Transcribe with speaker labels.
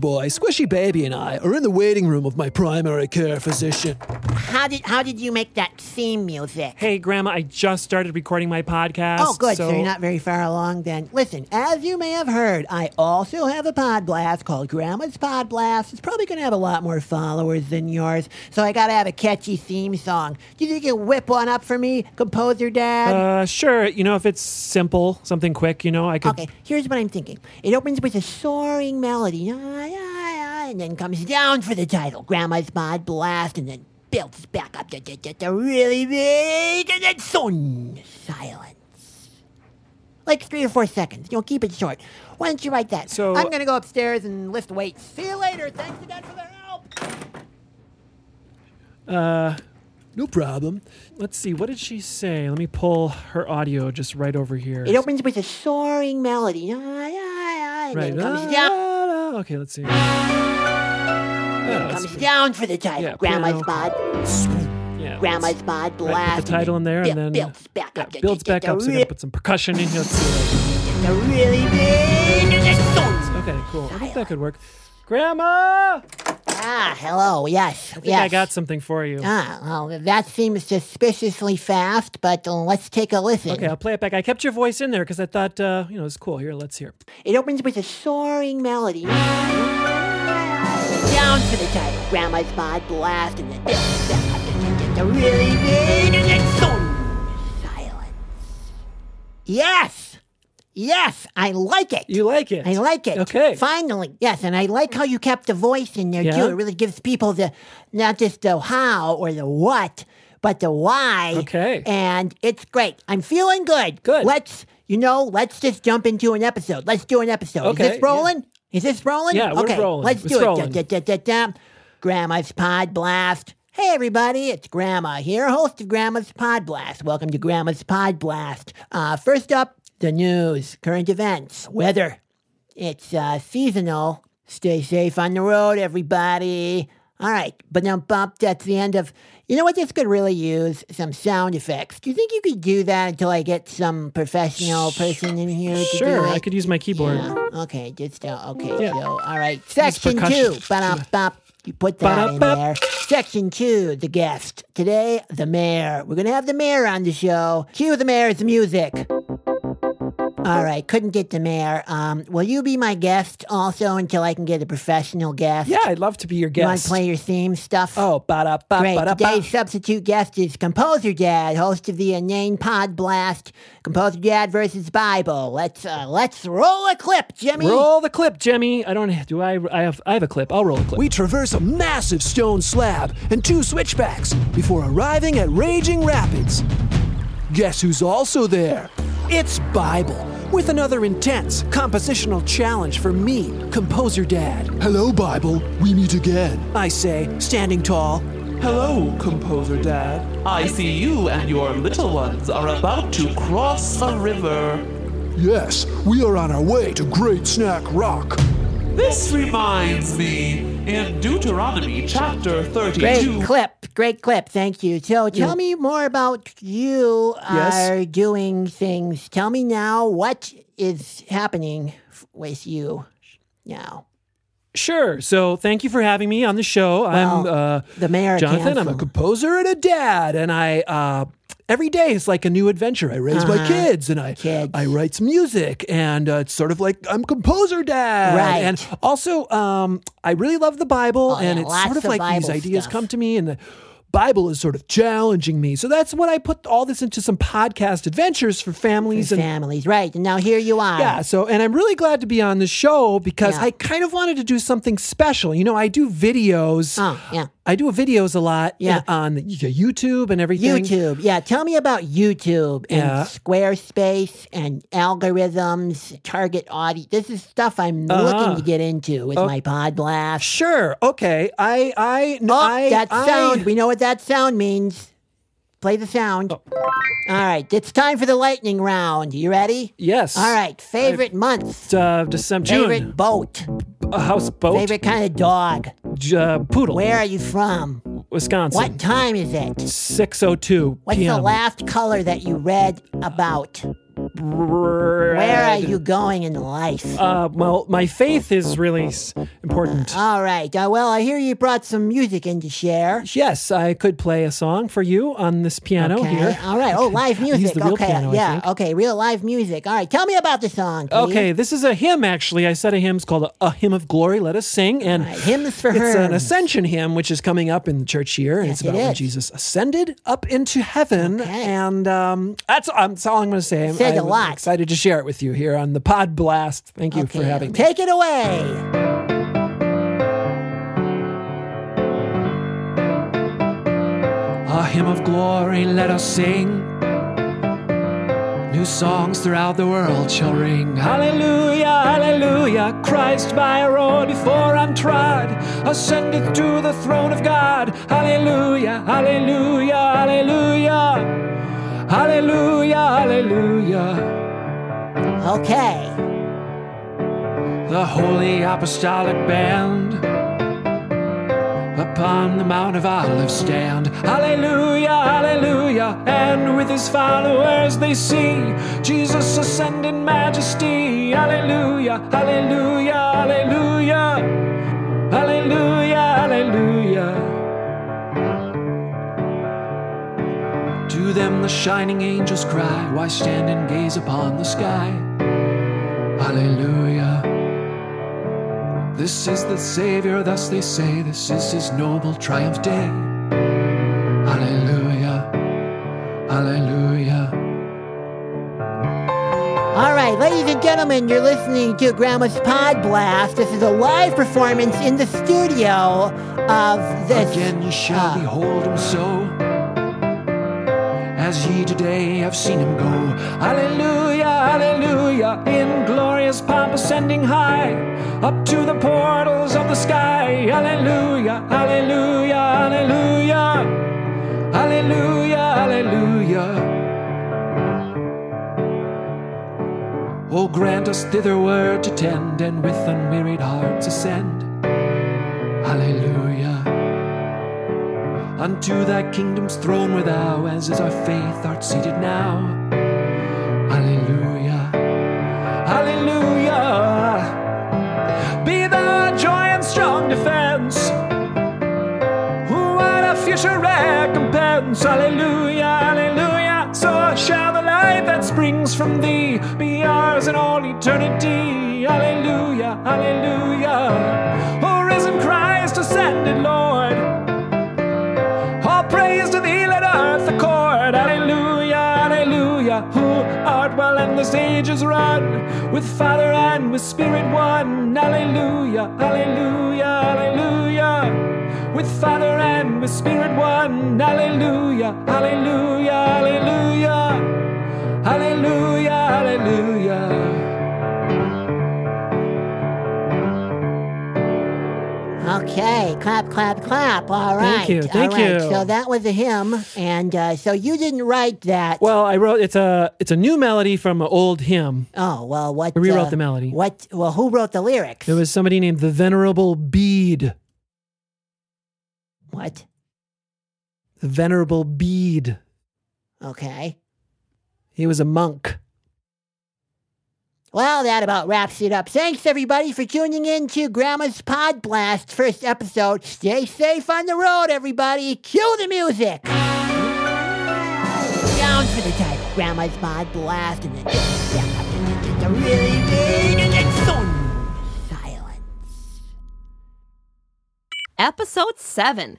Speaker 1: boy, Squishy Baby, and I are in the waiting room of my primary care physician.
Speaker 2: How did how did you make that theme music?
Speaker 3: Hey, Grandma, I just started recording my podcast.
Speaker 2: Oh, good. So,
Speaker 3: So,
Speaker 2: you're not very far along then. Listen, as you may have heard, I also have a pod blast called Grandma's Pod Blast. It's probably going to have a lot more followers than yours, so I got to have a catchy theme song. Do you think you could whip one up for me, composer dad?
Speaker 3: uh, sure. You know, if it's simple, something quick, you know, I could.
Speaker 2: Okay, here's what I'm thinking. It opens with a soaring melody, ah, ah, ah, and then comes down for the title, Grandma's Mod Blast, and then builds back up to, to, to, to really big, and then soon, silence. Like three or four seconds. You know, keep it short. Why don't you write that?
Speaker 3: So-
Speaker 2: I'm gonna go upstairs and lift weights. See you later. Thanks again for the help.
Speaker 1: No problem.
Speaker 3: Let's see. What did she say? Let me pull her audio just right over here.
Speaker 2: It opens with a soaring melody, ah, ah, ah, and
Speaker 3: right.
Speaker 2: then comes
Speaker 3: Ah,
Speaker 2: down.
Speaker 3: ah, ah. Okay, let's see.
Speaker 2: Comes down for the title,
Speaker 3: Yeah,
Speaker 2: Grandma's
Speaker 3: piano.
Speaker 2: Mod
Speaker 3: Yeah, let's-
Speaker 2: Grandma's Mod Blast.
Speaker 3: Right, put the title in there, and
Speaker 2: Built-
Speaker 3: then
Speaker 2: builds back
Speaker 3: yeah,
Speaker 2: up.
Speaker 3: builds back up. So you
Speaker 2: Re-
Speaker 3: gotta put some percussion in here. Let's see.
Speaker 2: They're really big. and they're so-
Speaker 3: Okay, cool. I think that could work. Grandma, I think
Speaker 2: Ah, hello. Yes, yes.
Speaker 3: I got something for you.
Speaker 2: Ah, well, that seems suspiciously fast, but uh, let's take a listen.
Speaker 3: Okay, I'll play it back. I kept your voice in there because I thought, uh, you know, it's cool. Here, let's hear.
Speaker 2: It opens with a soaring melody. Down for the title, Grandma's Mod Blast, and then builds back up to- to- to really big, and then so- silence. Yes, yes, I like it.
Speaker 3: You like it?
Speaker 2: I like it.
Speaker 3: Okay.
Speaker 2: Finally, yes, and I like how you kept the voice in there
Speaker 3: Yeah?
Speaker 2: too. It really gives people the not just the how or the what, but the why.
Speaker 3: Okay.
Speaker 2: And it's great. I'm feeling good.
Speaker 3: Good.
Speaker 2: Let's you know, let's just jump into an episode. Let's do an episode.
Speaker 3: Okay,
Speaker 2: Is this rolling? Is this rolling?
Speaker 3: Yeah, we're
Speaker 2: okay,
Speaker 3: rolling.
Speaker 2: Let's
Speaker 3: It's
Speaker 2: do it.
Speaker 3: rolling.
Speaker 2: Da, da, da, da, da. Grandma's Pod Blast. Hey everybody, it's Grandma here, host of Grandma's Pod Blast. Welcome to Grandma's Pod Blast. Uh, first up, the news, current events, weather. It's uh, seasonal. Stay safe on the road, everybody. All right, but now bump. That's the end of. You know what? This could really use some sound effects. Do you think you could do that until I get some professional person in here to
Speaker 3: Sure,
Speaker 2: do it?
Speaker 3: I could use my keyboard.
Speaker 2: Yeah. Okay, just uh, okay.
Speaker 3: Yeah.
Speaker 2: So, all right, section two.
Speaker 3: percussion.
Speaker 2: Ba-dum, bop. You put that in
Speaker 3: Ba-dum, bop.
Speaker 2: there. Section two. The guest today, the mayor. We're gonna have the mayor on the show. Cue the mayor's music. All right, couldn't get the mayor. Um, will you be my guest also until I can get a professional guest?
Speaker 3: Yeah, I'd love to be your
Speaker 2: You want to
Speaker 3: guest.
Speaker 2: play your theme stuff?
Speaker 3: oh, ba da ba
Speaker 2: Great.
Speaker 3: ba da
Speaker 2: Today's
Speaker 3: ba.
Speaker 2: substitute guest is Composer Dad, host of the inane pod blast, Composer Dad versus Bible. Let's uh, let's roll a clip, Jimmy.
Speaker 3: Roll the clip, Jimmy. I don't. Do I? I have. I have a clip. I'll roll a clip.
Speaker 1: We traverse a massive stone slab and two switchbacks before arriving at Raging Rapids. Guess who's also there? It's Bible, with another intense compositional challenge for me, Composer Dad.
Speaker 4: Hello, Bible. We meet again.
Speaker 1: I say, standing tall.
Speaker 5: Hello, Composer Dad. I see you and your little ones are about to cross a river.
Speaker 4: Yes, we are on our way to Great Snack Rock.
Speaker 5: This reminds me, in Deuteronomy chapter
Speaker 2: Great
Speaker 5: 32.
Speaker 2: clip. Great clip. Thank you. So tell me more about you
Speaker 3: Yes.
Speaker 2: are doing things. Tell me now what is happening f- with you now.
Speaker 3: Sure. So, thank you for having me on the show. I'm
Speaker 2: Well,
Speaker 3: uh,
Speaker 2: The mayor
Speaker 3: Jonathan. I'm a
Speaker 2: canceled.
Speaker 3: composer and a dad, and I. Uh, Every day is like a new adventure. I raise
Speaker 2: Uh-huh.
Speaker 3: my kids and I
Speaker 2: Kids.
Speaker 3: I write some music and uh, it's sort of like I'm composer dad.
Speaker 2: Right.
Speaker 3: And also, um, I really love the Bible
Speaker 2: Oh,
Speaker 3: and
Speaker 2: yeah,
Speaker 3: it's
Speaker 2: lots
Speaker 3: sort of
Speaker 2: of
Speaker 3: like these
Speaker 2: Bible
Speaker 3: ideas
Speaker 2: stuff.
Speaker 3: come to me and the Bible is sort of challenging me. So that's when I put all this into some podcast adventures for families and
Speaker 2: families. Right. And now here you are.
Speaker 3: yeah, so and I'm really glad to be on the show because
Speaker 2: Yeah.
Speaker 3: I kind of wanted to do something special. You know, I do videos.
Speaker 2: Oh, yeah.
Speaker 3: I do videos a lot
Speaker 2: Yeah.
Speaker 3: uh, on YouTube and everything.
Speaker 2: YouTube. Yeah, tell me about YouTube and
Speaker 3: Yeah.
Speaker 2: Squarespace and algorithms, target audience. This is stuff I'm
Speaker 3: Uh-huh.
Speaker 2: looking to get into with
Speaker 3: Oh,
Speaker 2: my pod blast.
Speaker 3: Sure. Okay. I I no,
Speaker 2: Oh,
Speaker 3: I
Speaker 2: that
Speaker 3: I-
Speaker 2: sound. We know what that sound means. Play the sound.
Speaker 3: Oh.
Speaker 2: All right, it's time for the lightning round. You ready?
Speaker 3: yes.
Speaker 2: All right, favorite month,
Speaker 3: It's, Uh, December.
Speaker 2: favorite
Speaker 3: June.
Speaker 2: boat,
Speaker 3: A houseboat.
Speaker 2: favorite kind of dog.
Speaker 3: j- Uh, poodle.
Speaker 2: Where are you from?
Speaker 3: Wisconsin.
Speaker 2: What time is it?
Speaker 3: Six oh two
Speaker 2: What's
Speaker 3: p.m.
Speaker 2: the last color that you read about?
Speaker 3: Red.
Speaker 2: Where are you going in life?
Speaker 3: Uh, well, my faith is really s- important.
Speaker 2: All right. Uh, well, I hear you brought some music in to share.
Speaker 3: Yes, I could play a song for you on this piano
Speaker 2: Okay.
Speaker 3: here.
Speaker 2: All right. Oh, live
Speaker 3: the
Speaker 2: music.
Speaker 3: real
Speaker 2: okay.
Speaker 3: piano, I
Speaker 2: yeah.
Speaker 3: think.
Speaker 2: Okay. Real live music. All right. Tell me about the song. please.
Speaker 3: Okay, this is a hymn, actually. I said a hymn. It's called a, a Hymn of Glory. Let us sing. And
Speaker 2: All right, hymns for
Speaker 3: it's an
Speaker 2: Herms.
Speaker 3: ascension hymn, which is coming up in the church year. And
Speaker 2: Yes,
Speaker 3: it's about
Speaker 2: it
Speaker 3: when
Speaker 2: is.
Speaker 3: Jesus ascended up into heaven.
Speaker 2: Okay.
Speaker 3: And um, that's, um, that's all I'm going to say. I'm,
Speaker 2: Said a
Speaker 3: I'm
Speaker 2: lot.
Speaker 3: excited to share it with you here on the Pod Blast. Thank you for
Speaker 2: Okay,
Speaker 3: having me.
Speaker 2: Take it away.
Speaker 3: A hymn of glory, let us sing. New songs throughout the world shall ring. Hallelujah, hallelujah. Christ by a road before I'm trod ascended to the throne of God. Hallelujah, hallelujah, hallelujah. Hallelujah, hallelujah.
Speaker 2: Okay.
Speaker 3: The holy apostolic band upon the Mount of Olives stand. Hallelujah, hallelujah. And with his followers they see Jesus ascend in majesty. Hallelujah, hallelujah, hallelujah. Hallelujah, hallelujah. To them the shining angels cry, Why stand and gaze upon the sky? Hallelujah. This is the Savior, thus they say, this is his noble triumph day. Hallelujah, hallelujah.
Speaker 2: All right, ladies and gentlemen, you're listening to Grandma's Pod Blast. This is a live performance in the studio of this.
Speaker 3: Again ye shall
Speaker 2: uh,
Speaker 3: behold him so, as ye today have seen him go. Hallelujah, hallelujah, in glorious pomp ascending high, up to the portals of the sky. Hallelujah, hallelujah, hallelujah. Hallelujah, hallelujah. Oh, grant us thitherward to tend and with unwearied hearts ascend. Hallelujah. Unto thy kingdom's throne where thou, as is our faith, art seated now. Hallelujah. Hallelujah. Be thy joy and strong defense. What a future recompense. Hallelujah, hallelujah. So shall the light that springs from thee be ours in all eternity. Hallelujah, hallelujah. O risen Christ, ascended Lord. All praise to thee, let earth accord. Hallelujah, hallelujah. Who art well and this ages run with Father and with Spirit one. Hallelujah, hallelujah, hallelujah. With Father and with Spirit one. Hallelujah, hallelujah, hallelujah. Hallelujah, hallelujah.
Speaker 2: Okay, clap, clap, clap. All right.
Speaker 3: Thank you, thank
Speaker 2: All right.
Speaker 3: you.
Speaker 2: So that was a hymn, and uh, so you didn't write that.
Speaker 3: Well, I wrote it's a it's a new melody from an old hymn.
Speaker 2: oh well, what?
Speaker 3: I rewrote
Speaker 2: uh,
Speaker 3: the melody.
Speaker 2: What? Well, who wrote the lyrics?
Speaker 3: It was somebody named the Venerable Bede.
Speaker 2: what?
Speaker 3: The Venerable Bede.
Speaker 2: Okay.
Speaker 3: He was a monk.
Speaker 2: Well, that about wraps it up. Thanks everybody for tuning in to Grandma's Pod Blast first episode. Stay safe on the road, everybody. Cue the music. Down for the title. Grandma's Pod Blast, and then the really big and then soon silence.
Speaker 6: Episode 7